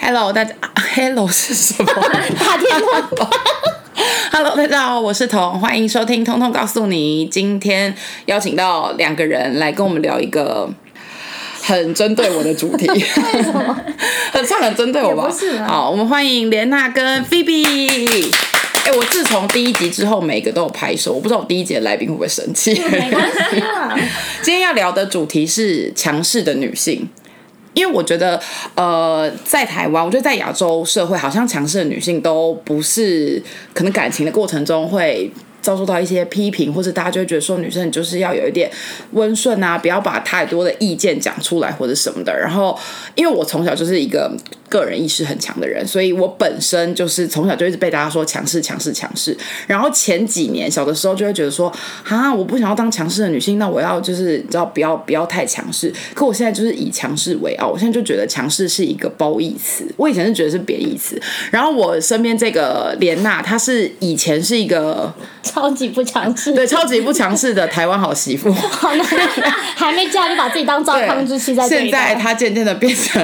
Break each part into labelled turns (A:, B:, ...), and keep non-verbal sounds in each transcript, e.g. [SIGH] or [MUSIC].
A: Hello，大家、啊、Hello [LAUGHS] 是什么
B: 打电话，
A: ？Hello，大家好，我是彤，欢迎收听《通通告诉你》。今天邀请到两个人来跟我们聊一个很针对我的主题， [LAUGHS] 很算很针对我吧
B: 也不是？啦啊
A: 好，我们欢迎莲娜跟 Phoebe。哎、我自从第一集之后，每个都有拍手，我不知道我第一集的来宾会不会生气。
B: [LAUGHS] 没关系啦。
A: 今天要聊的主题是强势的女性，因为我觉得，呃，在台湾，我觉得在亚洲社会，好像强势的女性都不是可能感情的过程中会。遭受到一些批评，或者大家就会觉得说女生你就是要有一点温顺啊，不要把太多的意见讲出来或者什么的。然后，因为我从小就是一个个人意识很强的人，所以我本身就是从小就一直被大家说强势、强势、强势。然后前几年小的时候就会觉得说，啊，我不想要当强势的女性，那我要就是你知道不要不要太强势。可我现在就是以强势为傲，我现在就觉得强势是一个褒义词，我以前是觉得是贬义词。然后我身边这个莲娜，她是以前是一个
B: [LAUGHS] 超级不强 [LAUGHS] 势，
A: 对超级不强势的台湾好媳妇。
B: 好难，还没嫁就把自己当糟糠之妻在对
A: 现
B: 待
A: 在她渐渐的变成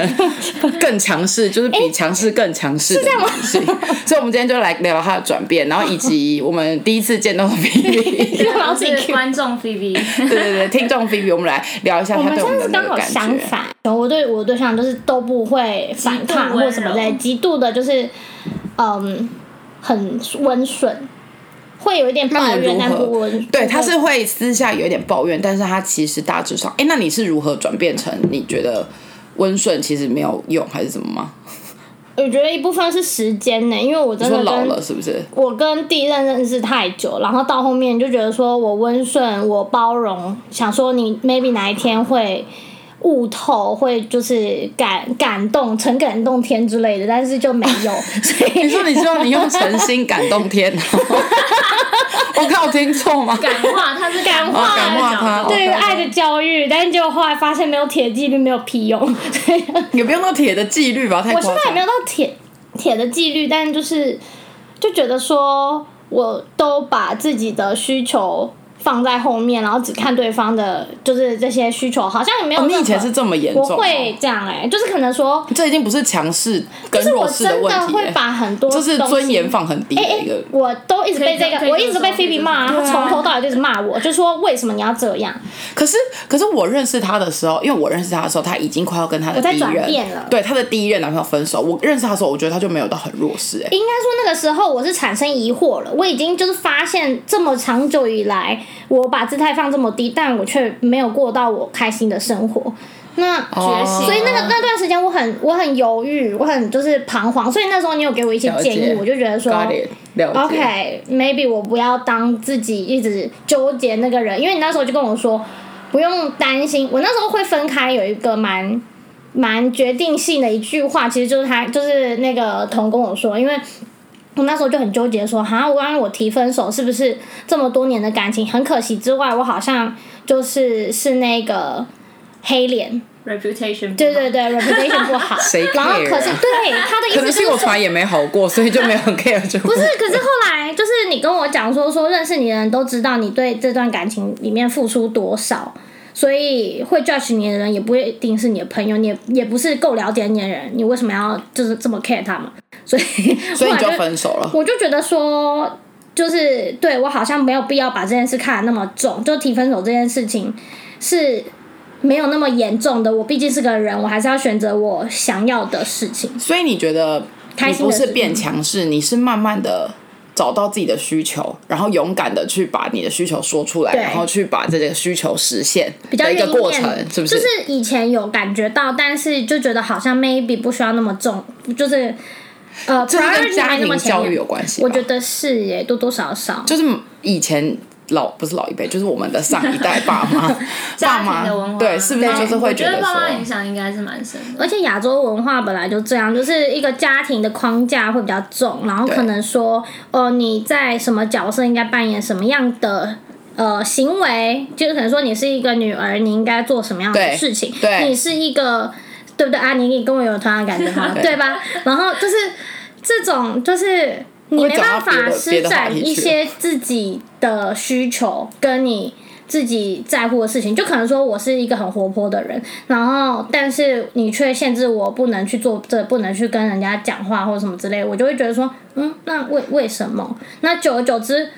A: 更强势，就是比强势更强势的女性，所以我们今天就来聊聊她的转变，然后以及我们第一次见到的 Vivi，
B: [LAUGHS] 老
C: 我
B: 自己
C: 是
A: [LAUGHS]
B: Q
C: 观众 B B，
A: 对对对，听众 Vivi，我们来聊一下
B: 我
A: 她
B: 们
A: 对
B: 真
A: 们
B: 的
A: 的
B: 是
A: 那
B: 刚
A: 个
B: 好
A: 感
B: 相
A: 觉。
B: 反，我对我对象就是都不会反抗
C: 极度温
B: 或
C: 柔
B: 什么的，极度的就是嗯很温顺，会有一点
A: 那
B: 抱
A: 你
B: 怨，
A: 如
B: 但不
A: 何
B: 温。？
A: 对，
B: 不
A: 他
B: 会
A: 是会私下有一点抱怨，但是他其实大致上，哎，那你是如何转变成你觉得温顺其实没有用，还是怎么吗？
B: 我觉得一部分是时间呢，因为我
A: 你
B: 真的
A: 说老
B: 跟
A: 了是不是？
B: 我跟第一任认识太久，然后到后面就觉得说我温顺，我包容，想说你 maybe 哪一天会悟透，会就是感感动，诚感动天之类的，但是就没
A: [LAUGHS]
B: 有，所以
A: 你说你希望你用诚心感动天，
B: [LAUGHS]
A: 我靠，我听错吗？
C: 感化他是感
A: 哦感化他
B: 对于爱的教育，但是结果后来发现没有铁纪律没有屁用，所以
A: 也不用到铁的纪律吧，太
B: 我
A: 夸
B: 现在也
A: 张
B: 没。有到铁铁的纪律，但就是就觉得说，我都把自己的需求放在后面，然后只看对方的，就是这些需求，好像也没有、
A: 哦你以前是这么严重
B: 我
A: 哦？
B: 会这样哎、就是可能说，
A: 这已经不是强势跟
B: 就是
A: 弱
B: 我
A: 势的
B: 真
A: 问
B: 的
A: 题
B: 会
C: 哎
A: 耶，
B: 把很多
A: 这
B: 东西
A: 是尊严。放很低
B: 哎
A: 的
B: 哎
A: 一个，。
B: 我都一直被这
C: 可
B: 个，
C: 以
B: 我一直被
C: 可以
B: Phoebe 骂，
C: 可以
B: 她从头到尾就一直骂我，就说为什么你要这样？
A: 可是，可是我认识她的时候，因为我认识她的时候，她已经快要跟她的
B: 我在
A: 第一
B: 转
A: 任
B: 变了
A: 对她的第一任男朋友分手。我认识她的时候，我觉得她就没有到很弱势、欸，哎，
B: 应该说那个时候我是产生疑惑了，我已经就是发现这么长久以来，我把姿态放这么低，但我却没有过到我开心的生活。那、
A: 哦
C: 觉醒
B: 所以那个那段时间我很我很犹豫，我很就是彷徨，所以那时候你有给我一些
A: 了解
B: 建议，我就觉得说
A: Got it，了解。
B: ，OK，maybe、我不要当自己一直纠结那个人，因为你那时候就跟我说不用担心，我那时候会分开有一个蛮蛮决定性的一句话，其实就是他就是那个童跟我说，因为。我那时候就很纠结说哈，我万一我提分手，是不是这么多年的感情很可惜？之外，我好像就是是那个黑脸，
C: reputation，
B: 对对对，reputation 不好
A: 谁。
B: 然后
A: care
B: 可是
A: 啊
B: 对他的意
A: 可
B: 思
A: 能
B: 就是是
A: 我
B: [LAUGHS] 说
A: 船也没好过，所以就没有
B: [LAUGHS]
A: 很 care 这个
B: 不
A: 问
B: 是
A: 题。，
B: 可是后来就是你跟我讲说，说认识你的人都知道你对这段感情里面付出多少，所以会 judge 你的人也不一定是你的朋友，你也也不是够了解你的人，你为什么要就是这么 care 他们？所以
A: 所以你
B: 后
A: 就
B: 来
A: 分手了。
B: 我就觉得说，就是对我好像没有必要把这件事看得那么重，就提分手这件事情是没有那么严重的。我毕竟是个人，我还是要选择我想要的事情。
A: 所以你觉得
B: 开
A: 你
B: 心
A: 不
B: 的事
A: 是变强势，你是慢慢的找到自己的需求，然后勇敢的去把你的需求说出来，
B: 对
A: 然后去把这个需求实现
B: 比较
A: 的一个
B: 愿意
A: 过
B: 面
A: 程，是不
B: 就是以前有感觉到，但是就觉得好像 maybe 不需要那么重，就是呃，
A: 这是
B: priority
A: 跟家
B: 没那么
A: 庭
B: 前
A: 教
B: 面
A: 育有哦关系吧。
B: 我觉得是耶，多多少少。
A: 就是以前老不是老一辈，就是我们的上一代爸
B: [LAUGHS]
A: 妈，爸
C: 家庭的文
A: 妈
C: 化，
A: 对，是不是
B: 对
A: 就是会
C: 我觉得爸妈
A: 说
C: 影，响应该是蛮深的。
B: 而且亚洲文化本来就这样，就是一个家庭的框架会比较重，然后
A: 对
B: 可能说，呃，你在什么角色应该扮演什么样的。呃，行为就是可能说你是一个女儿，你应该做什么样的
A: 对
B: 事情？
A: 对
B: 你是一个，对不对啊？你你跟我有同样的感觉
A: [LAUGHS]
B: 吗？
A: 对
B: 对吧？然后就是这种，就是你没办
A: 会讲到
B: 法
A: 别的别
B: 施
A: 的话
B: 展
A: 题去
B: 一些自己的需求，跟你自己在乎的事情，就可能说我是一个很活泼的人，然后但是你却限制我不能去做这，不能去跟人家讲话或者什么之类，我就会觉得说，嗯，那为为什么？那久而久之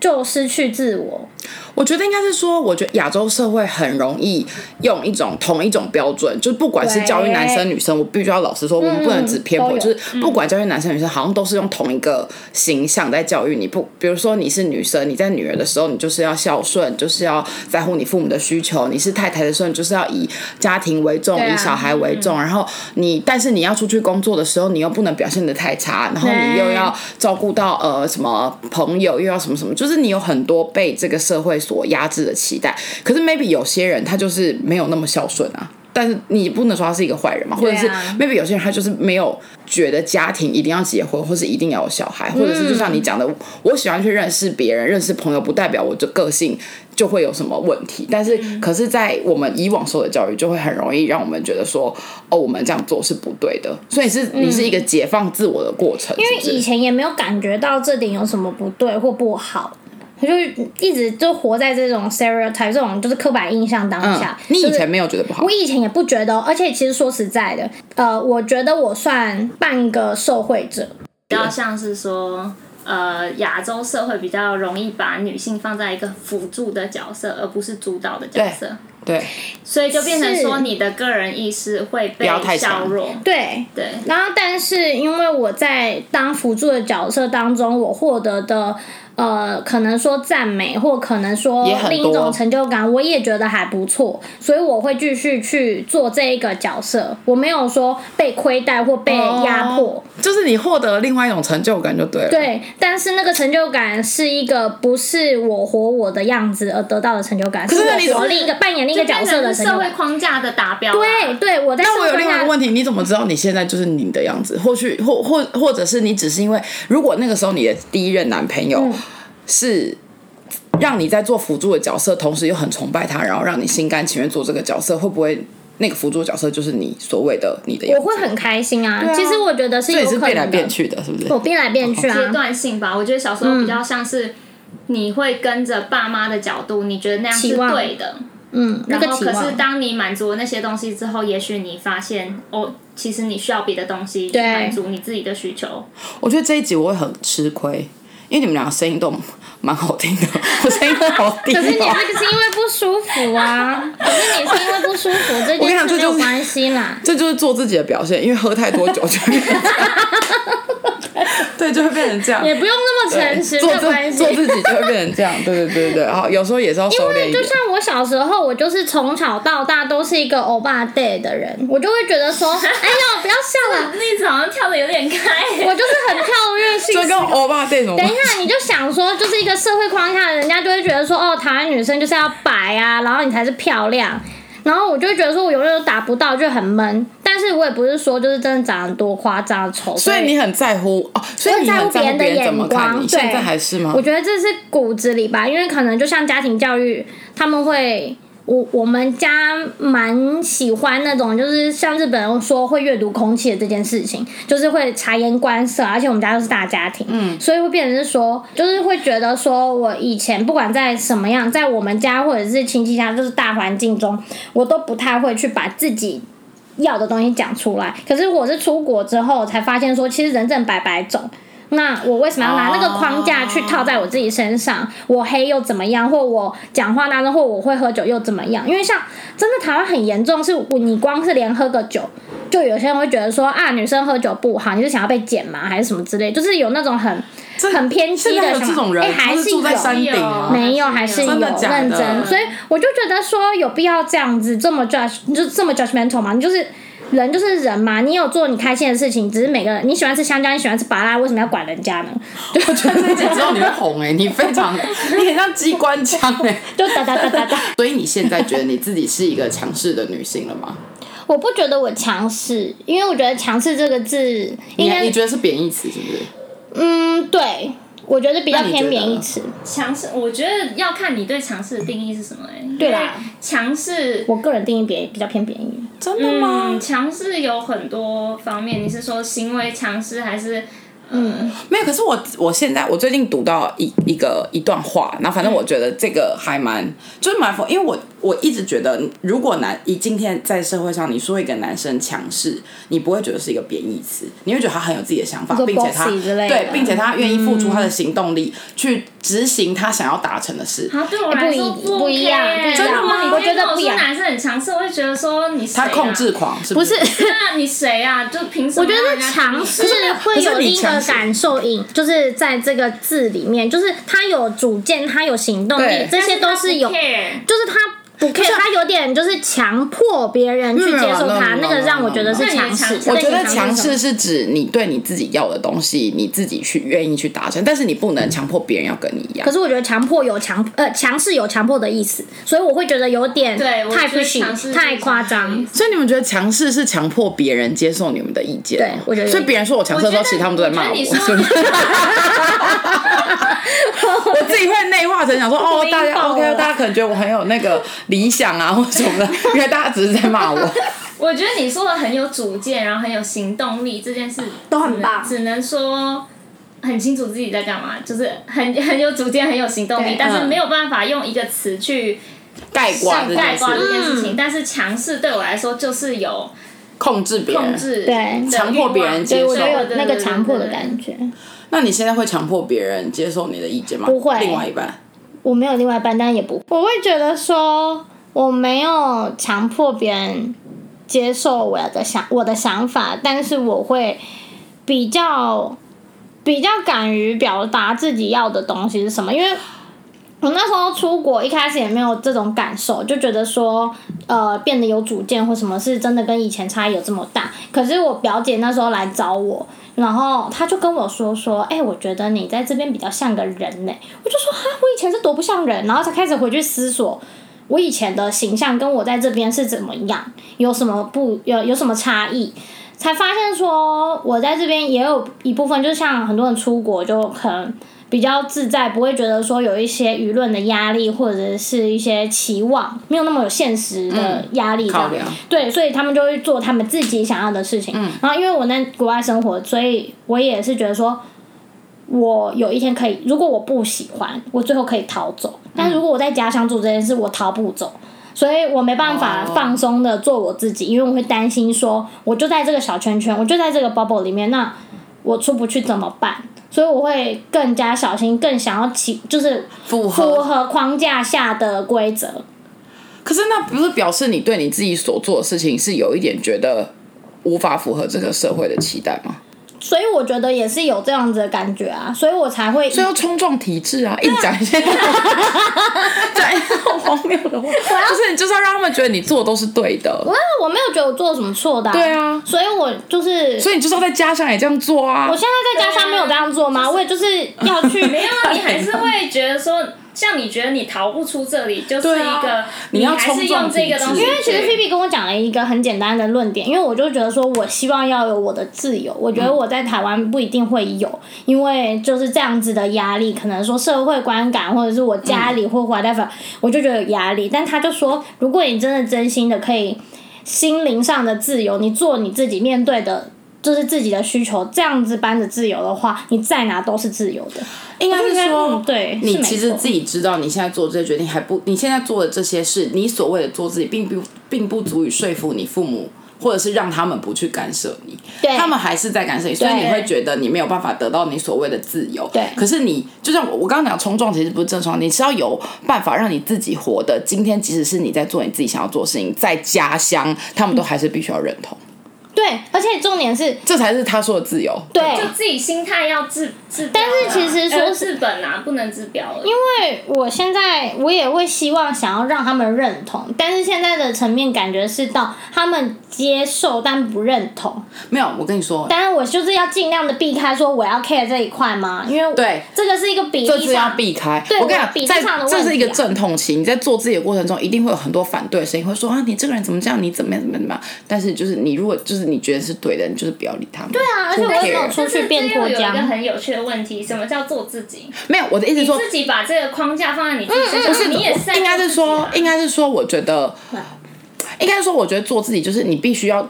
B: 就失去自我。
A: 我觉得应该是说，我觉得亚洲社会很容易用一种同一种标准，就是不管是
B: 对
A: 教育男生女生，我必须要老实说，我们不能只偏
B: 都
A: 颇，嗯
B: 有
A: 就是不管教育男生女生，好像都是用同一个形象在教育你。不，比如说你是女生，你在女儿的时候，你就是要孝顺，就是要在乎你父母的需求；你是太太的时候，你就是要以家庭为重，
B: 对啊
A: 以小孩为重。然后你，但是你要出去工作的时候，你又不能表现的太差，然后你又
B: 对
A: 要照顾到呃什么朋友，又要什么什么，就是你有很多被这个社会所压制的期待。可是 maybe 有些人他就是没有那么孝顺啊。但是你不能说他是一个坏人嘛，或者是
B: 对啊
A: maybe 有些人他就是没有觉得家庭一定要结婚，或是一定要有小孩，
B: 嗯
A: 或者是就像你讲的，我喜欢去认识别人、认识朋友，不代表我的个性就会有什么问题。但是，
B: 嗯
A: 可是，在我们以往受的教育，就会很容易让我们觉得说，哦，我们这样做是不对的。所以是你是一个解放自我的过程，
B: 嗯因为
A: 是不
B: 以
A: 是？
B: 前也没有感觉到这点有什么不对或不好，我就一直就活在这种 stereotype 这种就是刻板印象当
A: 嗯
B: 下。，
A: 你以
B: 就是
A: 前没有觉得不好
B: 我，以前也不觉得哦，而且其实说实在的，呃，我觉得我算半个受惠者，
C: 比较像是说，呃，亚洲社会比较容易把女性放在一个辅助的角色，而不是主导的角色，
A: 对，
C: 所以就变成说
B: 是
C: 你的个人意识会
A: 不
C: 被
A: 要太强
C: 削弱。
B: 对。
C: 对，
B: 然后，但是因为我在当辅助的角色当中，我获得的呃，可能说赞美，或可能说
A: 也很多
B: 另一种成就感，我也觉得还不错，所以我会继续去做这一个角色。我没有说被亏待或被压
A: 哦
B: 迫，
A: 就是你获得了另外一种成就感就对了。，
B: 对，但是那个成就感是一个不是我活我的样子而得到的成就感，
A: 可是那你
B: 我
A: 怎
B: 活
A: 么
B: 另一个扮演另一个角色的成
C: 变成是社
B: 就
C: 会
B: 感。
C: 框架的达标啊。
B: 对对，我在社
A: 那我
B: 会
A: 有另外一
B: 框
A: 个
B: 架
A: 问题，你怎么知道你现在就是你的样子？或许或或或者是你只是因为，如果那个时候你的第一任男朋友是让你在做辅助的角色，同时又很崇拜他，然后让你心甘情愿做这个角色，会不会那个辅助角色就是你所谓的你的样
B: 我
A: 子？
B: 会很开心啊。其实我觉得是
A: 所以
B: 有
A: 你是
B: 可
A: 变来
B: 能
A: 变
B: 的，
A: 去哦的，是不是？
B: 我变来变去
C: 阶
A: 嗯
B: 啊。
C: 段性吧。我觉得小时候比较像是你会跟着爸妈的角度，你觉得那样是
B: 期望
C: 对的。
B: 嗯，那
C: 然
B: 个
C: 后
B: 期
C: 可是
B: 望。
C: 当你满足了那些东西之后，也许你发现哦，其实你需要别的东西去
B: 对
C: 满足你自己的需求。
A: 我觉得这一集我会很吃亏，因为你们俩声音都蛮好听的， [LAUGHS] 我声音都好低、哦。
B: 可是你那个是因为不舒服啊，
A: [LAUGHS]
B: 可是你是因为不舒服，这
A: 我跟你
B: 件
A: 讲
B: 事
A: 这
B: 没
A: 就
B: 有
A: 是
B: 关
A: [LAUGHS]
B: 系啦。
A: 这就是做自己的表现，因为喝太多酒就变成这样，对，就会变成这样。
B: 也不用那么诚实，没
A: 做
B: 有关
A: 自
B: 系
A: 做。自己就会变成这样，对对对对对。好，有时候也是要收敛一
B: 就
A: 点。
B: 像我小时候，我就是从小到大都是一个欧巴 day 的人，我就会觉得说，哎呦，不要
A: [LAUGHS]
B: 笑了，
C: 那次好像跳的有点开， [LAUGHS]
B: 我就是很跳跃性
A: 就跟欧巴这种，
B: [LAUGHS] 等一下，你就想说，就是一个社会框架，人家就会觉得说，哦，台湾女生就是要白啊，然后你才是漂亮。然后我就会觉得说，我永远都达不到，就很闷。但是我也不是说就是真的长得多夸张丑，
A: 所以你很在乎哦，所以
B: 会
A: 你
B: 在
A: 很
B: 乎
A: 在乎
B: 的
A: 别人怎么
B: 眼
A: 看你，
B: 光。对，
A: 现在还是吗
B: 我？觉得这是骨子里吧，因为可能就像家庭教育，他们会。我我们家蛮喜欢那种，就是像日本人说会阅读空气的这件事情，就是会察言观色，而且我们家又是大家庭，嗯，所以会变成是说，就是会觉得说我以前不管在什么样，在我们家或者是亲戚家，就是大环境中，我都不太会去把自己要的东西讲出来。可是我是出国之后才发现说，其实人正白白种。那我为什么要拿那个框架去套在我自己身上我黑又怎么样？或我讲话当中，或我会喝酒又怎么样？因为像真的台湾很严重，是我你光是连喝个酒，就有些人会觉得说啊，女生喝酒不好，你是想要被剪吗？还是什么之类？就是有那种很
A: 这
B: 很偏激
A: 现
B: 的
A: 在还有
B: 想
A: 这种人，
B: 哎还
A: 他是
B: 是
A: 住在
B: 有
A: 山顶啊
C: 没有
B: 没有，哦还是有
A: 真的假的
B: 认真，所以我就觉得说有必要这样子这么 judge，你就这么 judgmental 嘛？你就是人就是人嘛，你有做你开心的事情，只是每个人你喜欢吃香蕉，你喜欢吃芭拉，为什么要管人家呢？
A: [LAUGHS] 我觉得这一集之后你会红哎、你非
B: [LAUGHS]
A: 常，你很像机关枪哎、
B: 就哒哒哒哒哒。
A: 所以你现在觉得你自己是一个强势的女性了吗？
B: [LAUGHS] 我不觉得我强势，因为我觉得强势这个字应
A: 你
B: 该
A: 你觉得是贬义词是不是？
B: 嗯对，我觉得比较
A: 那你觉
B: 偏
A: 得
B: 贬义词。
C: 强势，我觉得要看你对强势的定义是什么、欸。
B: 对啦，
C: 强势，
B: 我个人定义贬比较偏贬义。
A: 真的吗？
C: 嗯，强势有很多方面，你是说行为强势还是？
A: 没有，可是我我现在我最近读到一一个一段话，然后反正我觉得这个还蛮就是蛮讽，因为我我一直觉得，如果男以今天在社会上你说一个男生强势，你不会觉得是一个贬义词，你会觉得他很有自己的想法
B: 一，个
A: 并且他
B: bossy 之类的
A: 对，并且他愿意付出他的行动力、去执行他想要达成的事。
C: 啊，对我来说
B: 哎不一不一样
C: OK 耶
B: 不一样
C: 真的吗？
B: 我觉得不一
C: 你今天跟我说
B: 样
C: 男生很强势，我会觉得说你谁啊
A: 他控制狂是不
B: 不是，
C: 那你谁啊？就凭什么
B: 我
C: 让
B: 觉得
C: 人家听你？
B: 强势会有另一个感受引，就是在这个字里面，就是他有主见，他有行动力
A: 对，
B: 这些都是有，
C: 但
B: 就
C: 他不 care
B: 是他不 care，他有点就是强迫别人去接受他，
A: 没有没有没有
B: 那个让我觉得是
C: 没有没有
B: 强势。
C: 那
A: 我
C: 你
A: 觉
C: 的
A: 得强
B: 是什
A: 势
B: 么
A: 是指你对你自己要的东西，你自己去愿意去达成，但是你不能强迫别人要跟你一样
B: 可。是我觉得强迫有强呃强势有强迫的意思，所以我会觉得有点
C: 对，我
B: 太
C: 觉得强
B: pushy
C: 势
B: 太夸张。
A: 所以你们觉得强势是强迫别人接受你们的意见吗？
B: 对我觉得有
A: 所以别人说我强势的时候，
C: 我觉得
A: 其实他们都在骂我，
C: 我觉得你说
A: 是吗 [LAUGHS]
B: [LAUGHS]
A: 我自己会内化成想说，哦
B: 回，应
A: 大家
B: 爆
A: OK，
B: 了
A: 大家可能觉得我很有那个理想啊，或什么的，因为大家只是在骂我。
C: 我觉得你说的很有主见，然后很有行动力，这件事
D: 都很棒
C: 只能只能说很清楚自己在干嘛，就是很很有主见，很有行动力
D: 对，
C: 但是
A: 嗯
C: 没有办法用一个词去
A: 盖瓜这
C: 概
A: 件事
C: 括，这件事
B: 嗯
C: 情。但是强势对我来说就是有
A: 控制别
C: 控
A: 人。
C: 制的
B: 对
C: 欲望，
A: 强迫别人接
B: 所以
A: 受
B: 我觉得有那个强迫的
C: 觉。
B: 感觉。
A: 那你现在会强迫别人接受你的意见吗？
B: 不会
A: 另外一半，
B: 我没有另外一半，但也不，我会觉得说我没有强迫别人接受我的想我的想法，但是我会比较比较敢于表达自己要的东西是什么，因为。我那时候出国一开始也没有这种感受，就觉得说，呃，变得有主见或什么是真的跟以前差异有这么大。可是我表姐那时候来找我，然后她就跟我说说，哎、我觉得你在这边比较像个人呢、我就说哈，我以前是多不像人，然后才开始回去思索，我以前的形象跟我在这边是怎么样，有什么不有有什么差异，才发现说我在这边也有一部分，就像很多人出国就可能比较自在，不会觉得说有一些舆论的压力或者是一些期望，没有那么有现实的压力这
A: 嗯
B: 样
A: 考量嗯
B: 对，所以他们就会做他们自己想要的事情。然后因为我在国外生活，所以我也是觉得说，我有一天可以，如果我不喜欢，我最后可以逃走。但如果我在家乡做这件事，我逃不走。所以我没办法
A: 哦
B: 放松的做我自己，因为我会担心说，我就在这个小圈圈，我就在这个 bubble 里面，那我出不去怎么办？所以我会更加小心，更想要起，就是
A: 符
B: 符
A: 合。
B: 合框架下的规则。
A: 可是那不是表示你对你自己所做的事情是有一点觉得无法符合这个社会的期待吗？
B: 所以我觉得也是有这样子的感觉啊，所以我才会
A: 所
B: [LAUGHS]
A: 以要冲撞体制啊！一直讲一些讲一些荒谬的话，就是你就是要让他们觉得你做的都是对的，
B: 啊，我没有觉得我做了什么错的、
A: 对啊
B: 所以我就是，
A: 所以你就是要在家乡也这样做啊
B: 我。现在在家乡没有这样做吗？我也就是要去，没有啊
C: 那
A: [LAUGHS]
C: 你还是会觉得说，像你觉得你逃不出这里，就是
A: 对
C: 一
A: 啊
C: 个
A: [LAUGHS] 你要
C: 还是
A: 冲撞
C: 用这个东
A: 体制
C: 西去，
A: 因为
B: 其实 Phoebe 跟我讲了一个很简单的论点，因为我就觉得说，我希望要有我的自由。我觉
A: 嗯
B: 得我在台湾不一定会有，因为就是这样子的压力，可能说社会观感，或者是我家
A: 嗯
B: 里或 whatever，、我就觉得有压力。但他就说，如果你真的真心的可以心灵上的自由，你做你自己面对的。就是自己的需求，这样子般的自由的话，你在哪都是自由的。
A: 应该是说
B: 嗯，对是
A: 你
B: 没
A: 其实
B: 错
A: 自己知道你现在做这些决定还不，你现在做的这些事，你所谓的做自己，并不并不足以说服你父母。或者是让他们不去干涉你，
B: 对
A: 他们还是在干涉你，所以
B: 对
A: 你会觉得你没有办法得到你所谓的自由。
B: 对
A: 可是你就像我我刚刚讲冲撞，其实不是正常，你是要有办法让你自己活的。今天即使是你在做你自己想要做的事情，在家乡，他们都还是必须要认
B: 嗯
A: 同，
B: 对，而且重点是，
A: 这才是他说的自由。
B: 对，
C: 就自己心态要治治标啦。
B: 但是其实说
C: 呃
B: 是
C: 治本啊，不能治标了。因
B: 因为我现在我也会希望想要让他们认同，但是现在的层面感觉是到他们接受但不认同。
A: 没有，我跟你说，
B: 当然，我就是要尽量的避开说我要 care 这一块嘛，因为
A: 对
B: 这个是一个比
A: 就
B: 例
A: 是要
B: 上。
A: 避开。
B: 对
A: 我跟
B: 我
A: 你
B: 比
A: 讲，
B: 例上
A: 在
B: 的
A: 这
B: 问
A: 是
B: 题
A: 一个
B: 啊
A: 阵痛期，你在做自己的过程中，一定会有很多反对的声音，会说啊，你这个人怎么这样，你怎么样，怎么样怎么样。但是就是你如果就是你觉得是对的，你就是不要理他们。对
B: 啊而且我也没有出去变脱
C: 有一个
B: 缰，
C: 很有趣的问题，什么叫做自己？
A: 没有我的意思是说，
C: 自己把这个框架放在
A: 嗯
C: 你自己身
A: [LAUGHS]
C: 上，你也是在
A: 应该
C: 做
A: 是
C: 自己啊
A: 说，应该是说，我觉得，应该是说，我觉得做自己就是你必须要。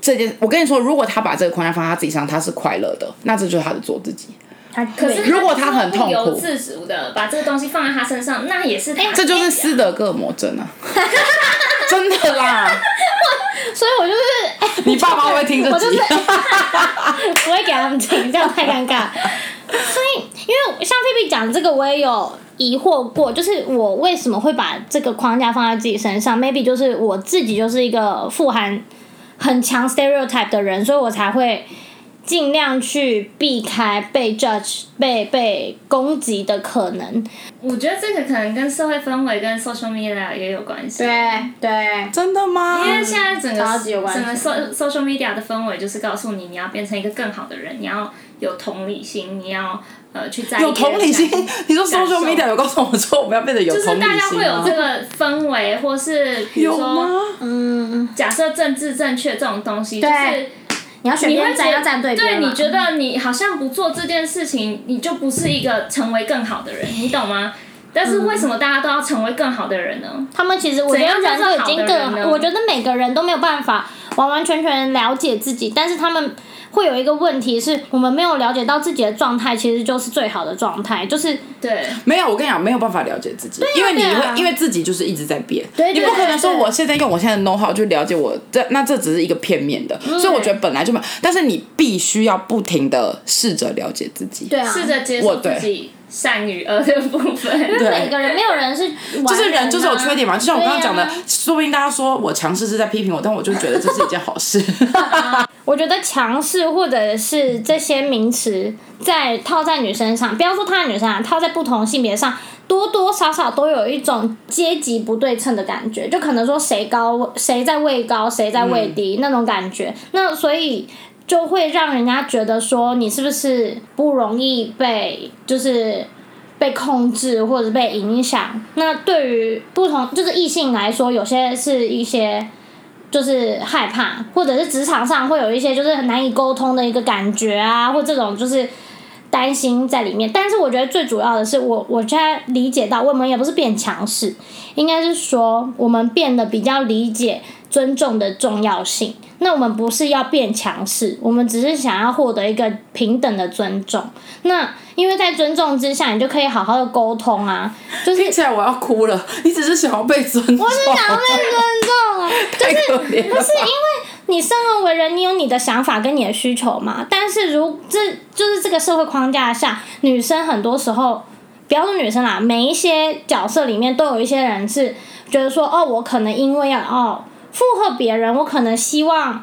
A: 这件，我跟你说，如果他把这个框架放在他自己上，他是快乐的，那这就是他的做自
C: 哎
A: 己。
B: 他
C: 可是
A: 如果他很痛苦
C: 不由自主的把这个东西放在他身上，那也是他
A: 这就是斯德哥尔摩症
C: [LAUGHS]
A: 啊，真的啦！
B: 所以我就是哎，
A: 你爸妈会听这
B: 我就
A: 集
B: 是， [LAUGHS] 不会给他们听，这样太尴尬。所以，因为像菲菲讲这个，我也有疑惑过，就是我为什么会把这个框架放在自己身上？maybe 就是我自己就是一个富含很强 stereotype 的人，所以我才会尽量去避开被 judge、被被攻击的可能。
C: 我觉得这个可能跟社会氛围跟 social media 也有关系。。
A: 啊
B: 对，
A: [LAUGHS] 真的吗？
C: 因为现在整
B: 超级有
C: 个
B: 关系
C: 整个 so- social media 的氛围就是告诉你，你要变成一个更好的人，你要有同理心，你要呃去在意啊
A: 有同理心
C: 别人的，
A: 你说
C: 感受
A: social media 有告诉我说我们要变得有
C: 就是
A: 同理
C: 大家
A: 心
C: 会有
A: 吗
C: 这？个氛围，或是比如
A: 有
C: 说
A: 吗？
B: 嗯，
C: 假设政治正确这种东西，就
B: 对
C: 是
B: 你要选
C: 你
B: 边
C: 会
B: 站，要站对边
C: 对，
B: 嘛
C: 你觉得你好像不做这件事情，你就不是一个成为更好的人，你懂吗？但是为什么大家都要成为更好的人呢？
B: 他们其实我觉得
C: 怎样
B: 人都
C: 叫做
B: 已经
C: 好的人呢
B: 更，我觉得每个人都没有办法完完全全了解自己，但是他们会有一个问题是，我们没有了解到自己的状态，其实就是最好的状态，就是
C: 对，
A: 没有，我跟你讲，没有办法了解自己，因为你
B: 对啊
A: 会因为自己就是一直在变，
B: 对
A: 你
B: 对
A: 不可能说
B: 对
A: 我现在用我现在的 know how 去了解我这，那这只是一个片面的，所以我觉得本来就没有，但是你必须要不停的试着了解自己，
B: 对啊，
C: 试着接
A: 我
C: 受
A: 对
C: 自己善与恶的部分。
A: 对
B: 每个人没有人是就
A: 就是人就是有缺点嘛，就像我刚刚讲的，
B: 对啊
A: 说不定大家说我强势是在批评我，但我就觉得这是一件好事。
B: [LAUGHS] 我觉得强势或者是这些名词在套在女生上，不要说套在女生啊，套在不同性别上，多多少少都有一种阶级不对称的感觉，就可能说谁高谁在位高，谁在位低、那种感觉。那所以就会让人家觉得说你是不是不容易被就是被控制或者被影响。那对于不同就是异性来说，有些是一些就是害怕，或者是职场上会有一些就是很难以沟通的一个感觉啊，或这种就是。担心在里面，但是我觉得最主要的是我，我现在理解到，我们也不是变强势，应该是说我们变得比较理解尊重的重要性。那我们不是要变强势，我们只是想要获得一个平等的尊重。那因为在尊重之下，你就可以好好的沟通啊， [LAUGHS] 就是
A: 听起来我要哭了，你只是想要被尊重，
B: 我是想要被尊重啊。
A: 太可怜了吧。
B: 你生而为人，你有你的想法跟你的需求嘛。但是如这就是这个社会框架下，女生很多时候，不要说女生啦，每一些角色里面都有一些人是觉得说，哦，我可能因为要哦附和别人，我可能希望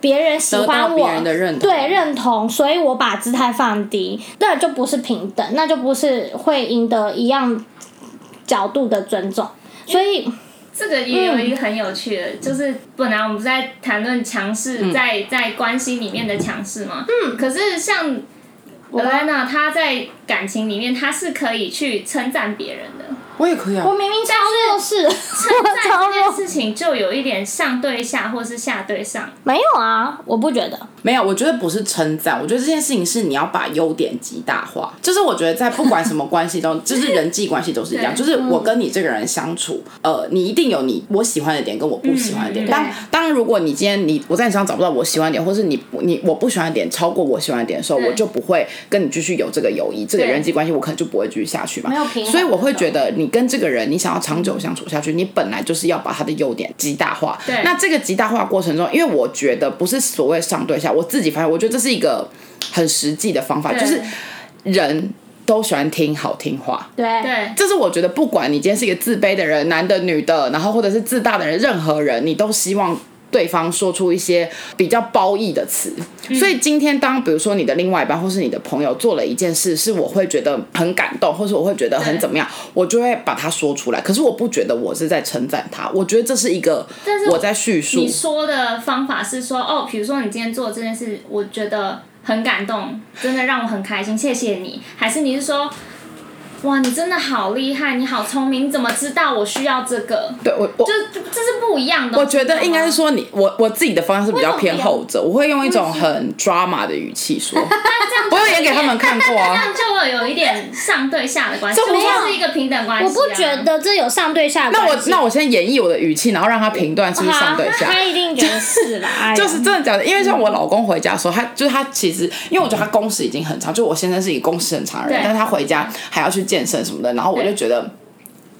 B: 别人喜
A: 得到
B: 欢我，
A: 别人的认同
B: 对认同，所以我把姿态放低，那就不是平等，那就不是会赢得一样角度的尊重。所以，
C: [LAUGHS] 这个也有一个很有趣的，就是本来我们不是在谈论强势，在在关系里面的强势嘛。嗯。可是像 Elena，她在感情里面，她是可以去称赞别人的。
A: 我也可以啊
B: 我，明明超弱
A: [LAUGHS]
B: 势，[LAUGHS] 我超
C: 但这
B: 弱
C: 件
B: 势。
C: 事情就有一点上对下，或是下
A: [LAUGHS]
C: 对上。
B: 没有啊，我不觉得。
A: 没有，我觉得不是称赞，我觉得这件事情是你要把优点极大化。就是我觉得在不管什么关系
C: [LAUGHS]
A: 中，就是人际关系都是一样，
C: 对嗯
A: 就是我跟你这个人相处，呃，你一定有你我喜欢的点跟我不喜欢的点。
C: 嗯嗯
A: 当
B: 对
A: 当如果你今天你我在你身上找不到我喜欢的点，或是你你我不喜欢的点超过我喜欢的点的时候，
C: 对
A: 我就不会跟你继续有这个友谊，这个
C: 对
A: 人际关系我可能就不会继续下去嘛。
B: 没有平衡
A: 所以我会觉得你跟这个人，你想要长久相处下去，你本来就是要把他的优点极大化。
C: 对
A: 那这个极大化过程中，因为我觉得不是所谓上对下，我自己发现，我觉得这是一个很实际的方法，
C: 对
A: 就是人都喜欢听好听话。
B: 对
C: 对，
A: 这是我觉得，不管你今天是一个自卑的人，男的、女的，然后或者是自大的人，任何人，你都希望对方说出一些比较褒义的词。
C: 嗯
A: 所以今天，当比如说你的另外一半或是你的朋友做了一件事，是我会觉得很感动，或是我会觉得很怎么样，我就会把它说出来。可是我不觉得我是在称赞他，我觉得这是一个
C: 但是
A: 我在叙述
C: 你。说的方法是说，哦，比如说你今天做这件事，我觉得很感动，真的让我很开心，谢谢你。还是你是说，哇，你真的好厉害，你好聪明，你怎么知道我需要这个？
A: 对我我
C: 这这这是不一样的。
A: 我觉得应该是说你我我自己的方向是比较偏后者，我会用一种很 drama 的语气
C: [LAUGHS]
A: 说，我有演给他们看过
C: 这
A: 啊
C: 样。就会有一点上对下的关系，
A: 这
C: 就
A: 没有
C: 不是一个平等关系、啊。
B: 我不觉得这有上对下的
A: 那我
B: 关系。
A: 那我先演绎我的语气，然后让他评断是不是上对下。
B: 他一定觉得是啦，哎呀
A: [LAUGHS] 就是真的假的，因为像我老公回家的时候，他就是他其实，因为我觉得他工时已经很长，就我先生是一个工时很长的人
C: 对，
A: 但是他回家还要去健身什么的，然后我就
C: 对
A: 觉得。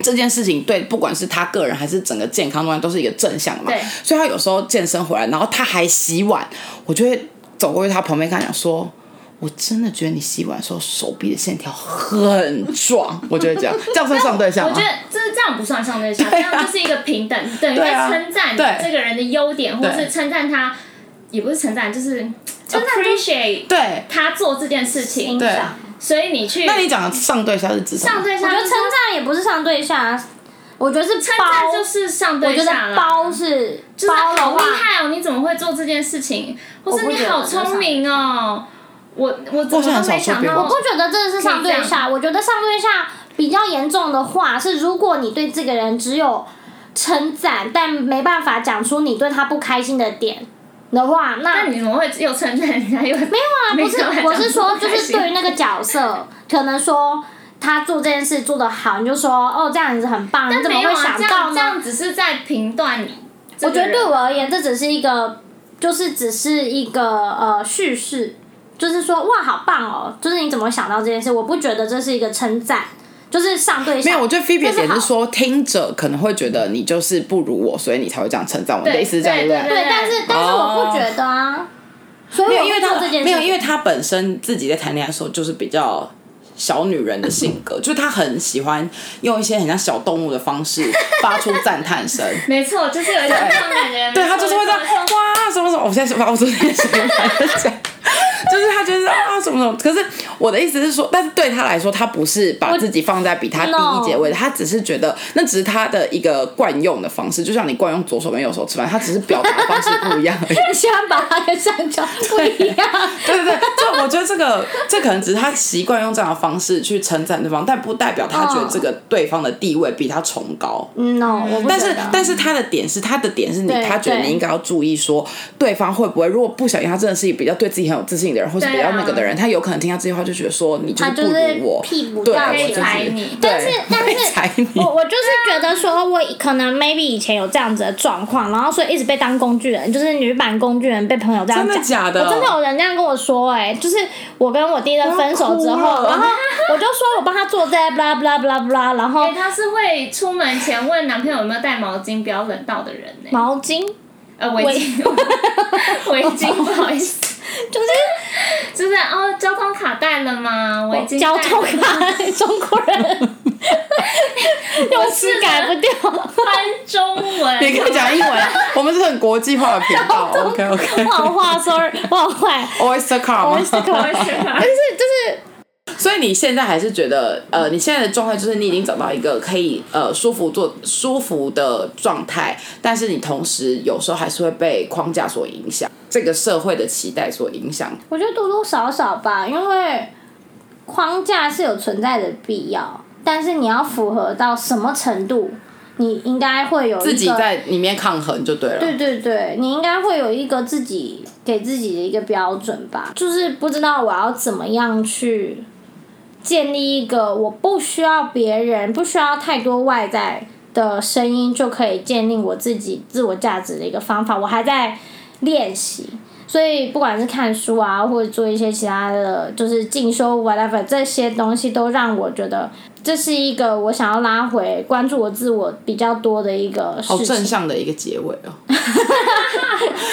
A: 这件事情对不管是他个人还是整个健康端都是一个正向的嘛
C: 对，
A: 所以他有时候健身回来，然后他还洗碗，我就会走过去他旁边跟他讲说：“我真的觉得你洗碗的时候手臂的线条很壮。”我就会这样，这样算上对象
C: 我
A: 吗
C: 觉？得这这样不算上对下，
A: 对
C: 这
A: 啊
C: 样就是一个平等，等于
A: 对
C: 在
A: 啊
C: 称赞
A: 对
C: 这个人的优点，或
A: 对
C: 是称赞他，也不是称赞，就是
A: 赞
C: appreciate
A: 对
C: 他做这件事情。
A: 对，
C: 所以你去
A: 那你讲的上对象是指什么
C: 上？对
B: 哎我
C: 下，
B: 觉得称赞也不是上对下，我觉得是
C: 称
B: 包
C: 赞，就是上
B: 我
C: 对
B: 觉得
C: 下了。
B: 包是
C: 就是
B: 包的
C: 好
B: 话
C: 厉，害哦！你怎么会做这件事情？或是
B: 我不
C: 你
B: 觉得
C: 好聪明哦！我我怎
A: 我是
C: 么
A: 很
C: 都
A: 少说
C: 没想
A: 别人
C: 到，
B: 我不觉得这是上对
C: 可以这
B: 下，我觉得上对下比较严重的话是，如果你对这个人只有称赞，但没办法讲出你对他不开心的点的话，那
C: 那你怎么会又称赞人家又没有
B: 啊，不是，我是说，就是对于那个角色，可能说他做这件事做得好，你就说哦，这样子很棒，你
C: 但
B: 怎么
C: 没有
B: 会
C: 啊，
B: 想
C: 这
B: 到
C: 样这
B: 呢？
C: 样只是在评断你。
B: 我
C: 我
B: 觉得对我而言，这只是一个，就是只是一个呃叙事，就是说哇，好棒哦，就是你怎么会想到这件事？我不觉得这是一个称赞，就是上对
A: 没
B: 下。
A: 有，我觉得 Phoebe
B: 这
A: 的
B: 是
A: 点
B: 好
A: 是说，听者可能会觉得你就是不如我，所以你才会这样称赞我。你的意思是这样，
C: 对
A: 不
C: 对
B: 对，但是但是我
A: 哦
B: 不觉得啊，所以
A: 没
B: 我
A: 有，因为
B: 不做
A: 他
B: 这件事
A: 没有，因为他本身自己在谈恋爱的时候就是比较小女人的性格，就是他很喜欢用一些很像小动物的方式发出赞叹声。
C: 没错，就是有一种这种感觉。
A: 对他就是会这样
C: 没错没错
A: 哇什么什么，我现在把我昨天的想法在讲， [LAUGHS] 就是他就是啊什么什么。可是我的意思是说，但是对他来说，他不是把自己放在比他第一节位的，他只是觉得那只是他的一个惯用的方式，就像你惯用左手跟右手吃饭，他只是表达的方式不一样
B: [LAUGHS]
A: 而已。
B: 喜欢把他跟上交不一样。
A: 对对对，就我觉得这个这可能只是他习惯用这样的方式去称赞对方，但不代表他觉得这个对方的地位比他崇高。
B: 嗯 [LAUGHS] no，我不
A: 但
B: 觉
A: 是
B: 得，
A: 但是他的点是，他的点是你
B: 对，
A: 他觉得
B: 对
A: 你应该要注意说，对方会不会，如果不小心，他真的是一个比较对自己很有自信的人，或是比
C: 对啊
A: 较那个的人，他有可能听到这句话就觉得说，你就
B: 他
A: 是不
B: 就是
A: 如我，
B: 屁股
A: 对，啊
B: 大
A: 我
C: 可以
A: 就是
C: 踩你
A: 对
B: 但是但
A: 我
B: 是
A: 会踩你
B: 我，我就是觉得说，我可能 maybe 以前有这样子的状况，然后所以一直被当工具人，就是女版工具人，被朋友这样
A: 真的
B: 讲。
A: 假的？
B: 我真的有人这样跟我说、哎，就是我跟我第一任分手之
A: 我要哭
B: 后，
A: 了
B: 然后我就说我帮他做这 blah blah blah blah，然后
C: 哎，他是会出门前问男朋友有没有带毛巾，不要冷到的人呢。
B: 毛巾，
C: 呃，围巾，
B: [LAUGHS]
C: 围巾，不好意思，
B: 就是
C: 就是哦，交通卡带了吗？围巾，
B: 交通，卡，中国
A: [LAUGHS]
B: 人用词改不掉，
C: 翻中文，
A: [LAUGHS] 你可以讲英文啊，我们是很国际化的频道，OK OK
B: [LAUGHS] 我。好话 sorry，我好坏。
A: Oyster Car
B: 我
A: 吗
B: 是可
C: 我
A: [LAUGHS]
C: 也是吧
B: 但是就是
A: 所以你现在还是觉得，呃，你现在的状态就是你已经找到一个可以呃舒服做舒服的状态，但是你同时有时候还是会被框架所影响，这个社会的期待所影响。
B: 我觉得多多少少吧，因为框架是有存在的必要，但是你要符合到什么程度，你应该会有一个
A: 自己在里面抗衡就对了。
B: 哦对对对，你应该会有一个自己给自己的一个标准吧，就是不知道我要怎么样去建立一个我不需要别人，不需要太多外在的声音就可以建立我自己自我价值的一个方法，我还在练习。所以不管是看书啊，或者做一些其他的，就是进修 whatever 这些东西，都让我觉得这是一个我想要拉回关注我自我比较多的一个事
A: 好
B: 情。
A: 正向的一个结尾哦， [LAUGHS]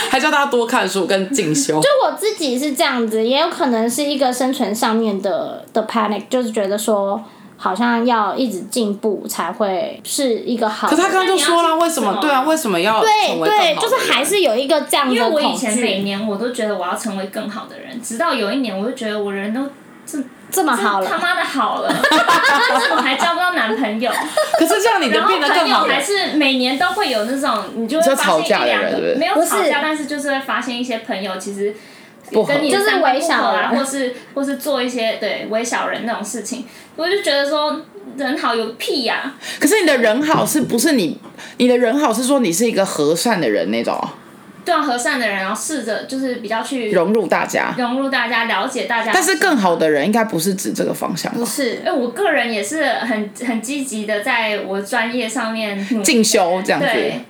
A: 还叫大家多看书跟进修。
B: 就我自己是这样子，也有可能是一个生存上面的的 panic，就是觉得说好像要一直进步才会是一个好的。
A: 可是他刚刚就说了，为什么？对啊，为什么要
B: 对
A: 成为更好的
B: 对，就是还是有一个这样
C: 因为
B: 的
C: 我
B: 恐
C: 以前每
B: 惧。
C: 年我都觉得我要成为更好的人，直到有一年我就觉得我人都
B: 这么好
C: 他
B: 了，
C: 妈的
A: [LAUGHS]
C: 好了，但是我还交不到男朋友，
A: 可是这样你就
C: 然后
A: [LAUGHS] 变得更
C: 朋友
A: 好了
C: 还。是每年都会有那种，你就会
A: 就
C: 发
A: 吵
C: 现
A: 架
C: 一
A: 的人对
C: 两
A: 不
C: 个
A: 对
C: 没有
B: 不
C: 吵
B: 是
C: 架，但是就是会发现一些朋友其实
A: 不合
C: 跟你
B: 就是
C: 三观
B: 微
C: 不
B: 小
C: 合啊，
B: 人
C: 或是或是做一些对微小人那种事情，我就觉得说人好有屁呀、
A: 可是你的人好是不是你？你的人好是说你是一个和善的人那种，
C: 对啊，和善的人，然后试着就是比较去
A: 融入大家。
C: 融入大家，了解大家。
A: 但是更好的人应该不是指这个方向吧
B: 不是
C: 哎、我个人也是很很积极的，在我专业上面努力
A: 进修这样子。
C: 对，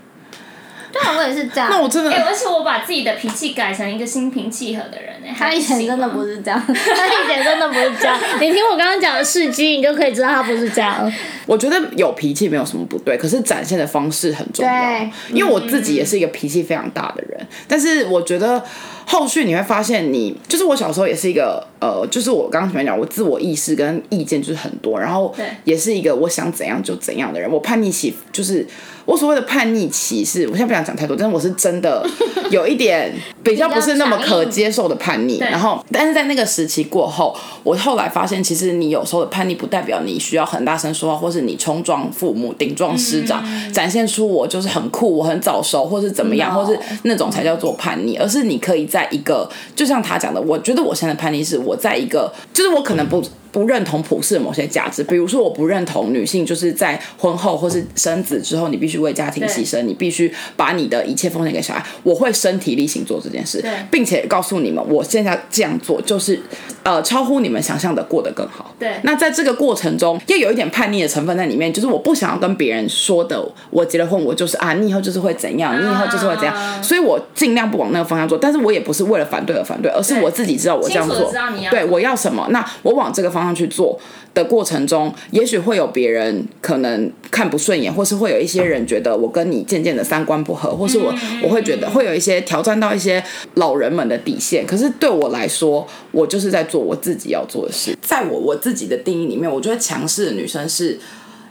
B: 对啊，我也是这样。
A: 那我真的、
C: 哎、而且我把自己的脾气改成一个心平气和的人、哎，
B: 他
C: 还
B: 以
C: 行
B: 前真的不是这样， [LAUGHS] 他以前真的不是这 [LAUGHS] 样。你听我刚刚讲的事迹，你就可以知道他不是这样。
A: 我觉得有脾气没有什么不对，可是展现的方式很重要
B: 对。
A: 因为我自己也是一个脾气非常大的人，但是我觉得后续你会发现你，就是我小时候也是一个呃，就是我刚刚前面讲，我自我意识跟意见就是很多，然后
C: 对
A: 也是一个我想怎样就怎样的人。我叛逆期就是我所谓的叛逆期是，我现在不想讲太多，但是我是真的有一点比较不是那么可接受的叛逆。
C: 对
A: 然后，但是在那个时期过后，我后来发现，其实你有时候的叛逆不代表你需要很大声说话，或是你冲撞父母、顶撞师长，
C: 嗯
A: 展现出我就是很酷、我很早熟，或是怎么样，
B: No
A: 或是那种才叫做叛逆，而是你可以在一个，就像他讲的，我觉得我现在的叛逆是我在一个，就是我可能不不认同普世的某些价值，比如说我不认同女性就是在婚后或是生子之后，你必须为家庭牺牲，你必须把你的一切奉献给小孩，我会身体力行做这件事
C: 对，
A: 并且告诉你们，我现在这样做就是呃超乎你们想象的过得更好。
C: 对
A: 那在这个过程中，也有一点叛逆的成分在里面，就是我不想要跟别人说的，我结了婚我就是啊，你以后就是会怎样，你以后就是会怎样，
C: 啊
A: 所以我尽量不往那个方向做，但是我也不是为了反对而反对，而是我自己知道我这样
C: 清楚地
A: 做，
C: 知道你要
A: 对我要什么，那我往这个方向去做的过程中，也许会有别人可能看不顺眼，或是会有一些人觉得我跟你渐渐的三观不合，或是我、
C: 嗯
A: 我会觉得会有一些挑战到一些老人们的底线。可是对我来说，我就是在做我自己要做的事。在我我自己的定义里面，我觉得强势的女生是。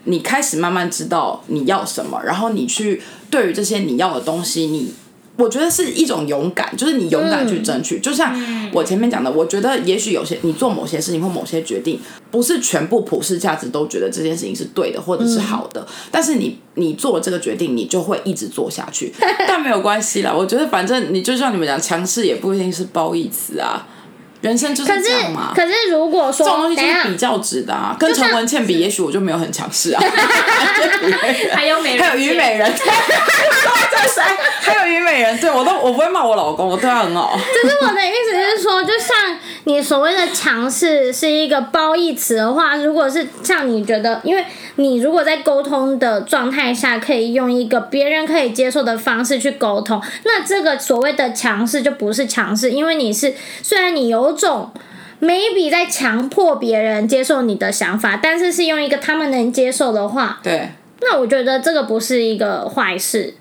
A: 你开始慢慢知道你要什么，然后你去对于这些你要的东西，你我觉得是一种勇敢，就是你勇敢去争取。就像我前面讲的，我觉得也许有些你做某些事情或某些决定，不是全部普世价值都觉得这件事情是对的或者是好的，但是你你做了这个决定，你就会一直做下去。但没有关系啦，我觉得反正你就像你们讲，强势也不一定是褒义词啊，人生就是
B: 可是
A: 这样嘛。
B: 可是如果说
A: 这种东西就
B: 等一下
A: 是比较值的啊，跟
B: 就像
A: 陈文茜比，也许我就没有很强势啊。还
C: 还有美
A: [LAUGHS]
C: 人，
A: 还有虞美，人，这谁？还有虞美人，对我都我不会骂我老公，我对他很好。
B: 可是我的意思是说，就像你所谓的强势是一个褒义词的话，如果是像你觉得，因为你如果在沟通的状态下，可以用一个别人可以接受的方式去沟通，那这个所谓的强势就不是强势，因为你是虽然你有种。maybe 在强迫别人接受你的想法，但是是用一个他们能接受的话，
A: 对，
B: 那我觉得这个不是一个坏事，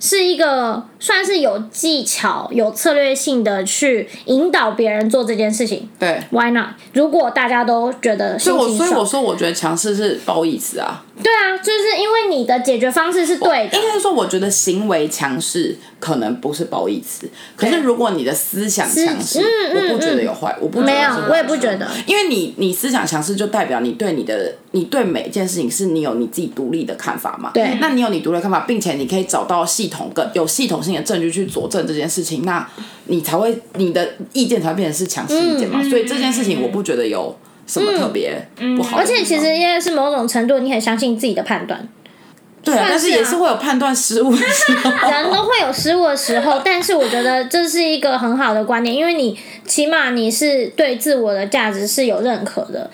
B: 是一个算是有技巧、有策略性的去引导别人做这件事情。
A: 对。
B: Why not？如果大家都觉得
A: 所
B: 心
A: 以我
B: 情
A: 所以
B: 爽
A: 我说，我觉得强势是褒义词啊。
B: 对啊，就是因为你的解决方式是对的
A: 应，该是说，我觉得行为强势可能不是褒义词，可是如果你的思想强势，
B: 思嗯嗯
A: 我不觉得有坏，我不觉得
B: 没有
A: 是，
B: 我也不觉得。
A: 因为你你思想强势，就代表你对你的你对每件事情是你有你自己独立的看法嘛？
B: 对
A: 那你有你独立的看法，并且你可以找到系统跟有系统性的证据去佐证这件事情，那你才会你的意见才会变成是强势意
B: 嗯
A: 见嘛？所以这件事情我不觉得有什么特别不好的地方、
B: 而且其实也是某种程度，你很相信自己的判断。
A: 对啊，
B: 算
A: 但是
B: 是啊
A: 也是会有判断失误的时候。 [LAUGHS]
B: 人都会有失误的时候，但是我觉得这是一个很好的观点，因为你起码你是对自我的价值是有认可的，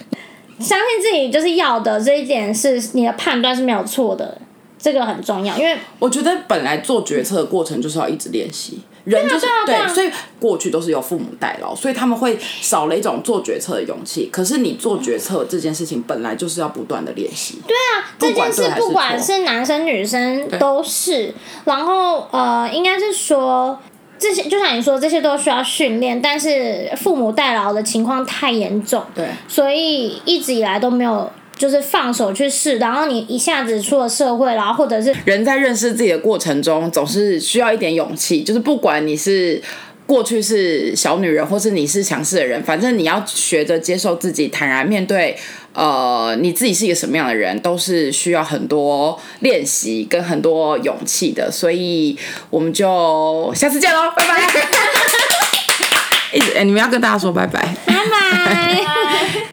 B: 相信自己就是要的这一点是你的判断是没有错的，这个很重要，因为
A: 我觉得本来做决策的过程就是要一直练习，人就是
B: 对啊对啊
A: 所以过去都是由父母代劳，所以他们会少了一种做决策的勇气。可是你做决策这件事情本来就是要不断的练习，对，
B: 啊这
A: 不管
B: 件事
A: 对还是
B: 不管
A: 错
B: 是男生女生都是，然后呃，应该是说。这些就像你说，这些都需要训练，但是父母代劳的情况太严重，
A: 对
B: 所以一直以来都没有就是放手去试，然后你一下子出了社会，然后或者是
A: 人在认识自己的过程中，总是需要一点勇气，就是不管你是。过去是小女人，或是你是强势的人，反正你要学着接受自己，坦然面对。呃，你自己是一个什么样的人，都是需要很多练习跟很多勇 [LAUGHS] 气的。所以我们就下次见喽，拜拜。一直哎、你们要跟大家说拜拜。
B: 拜拜。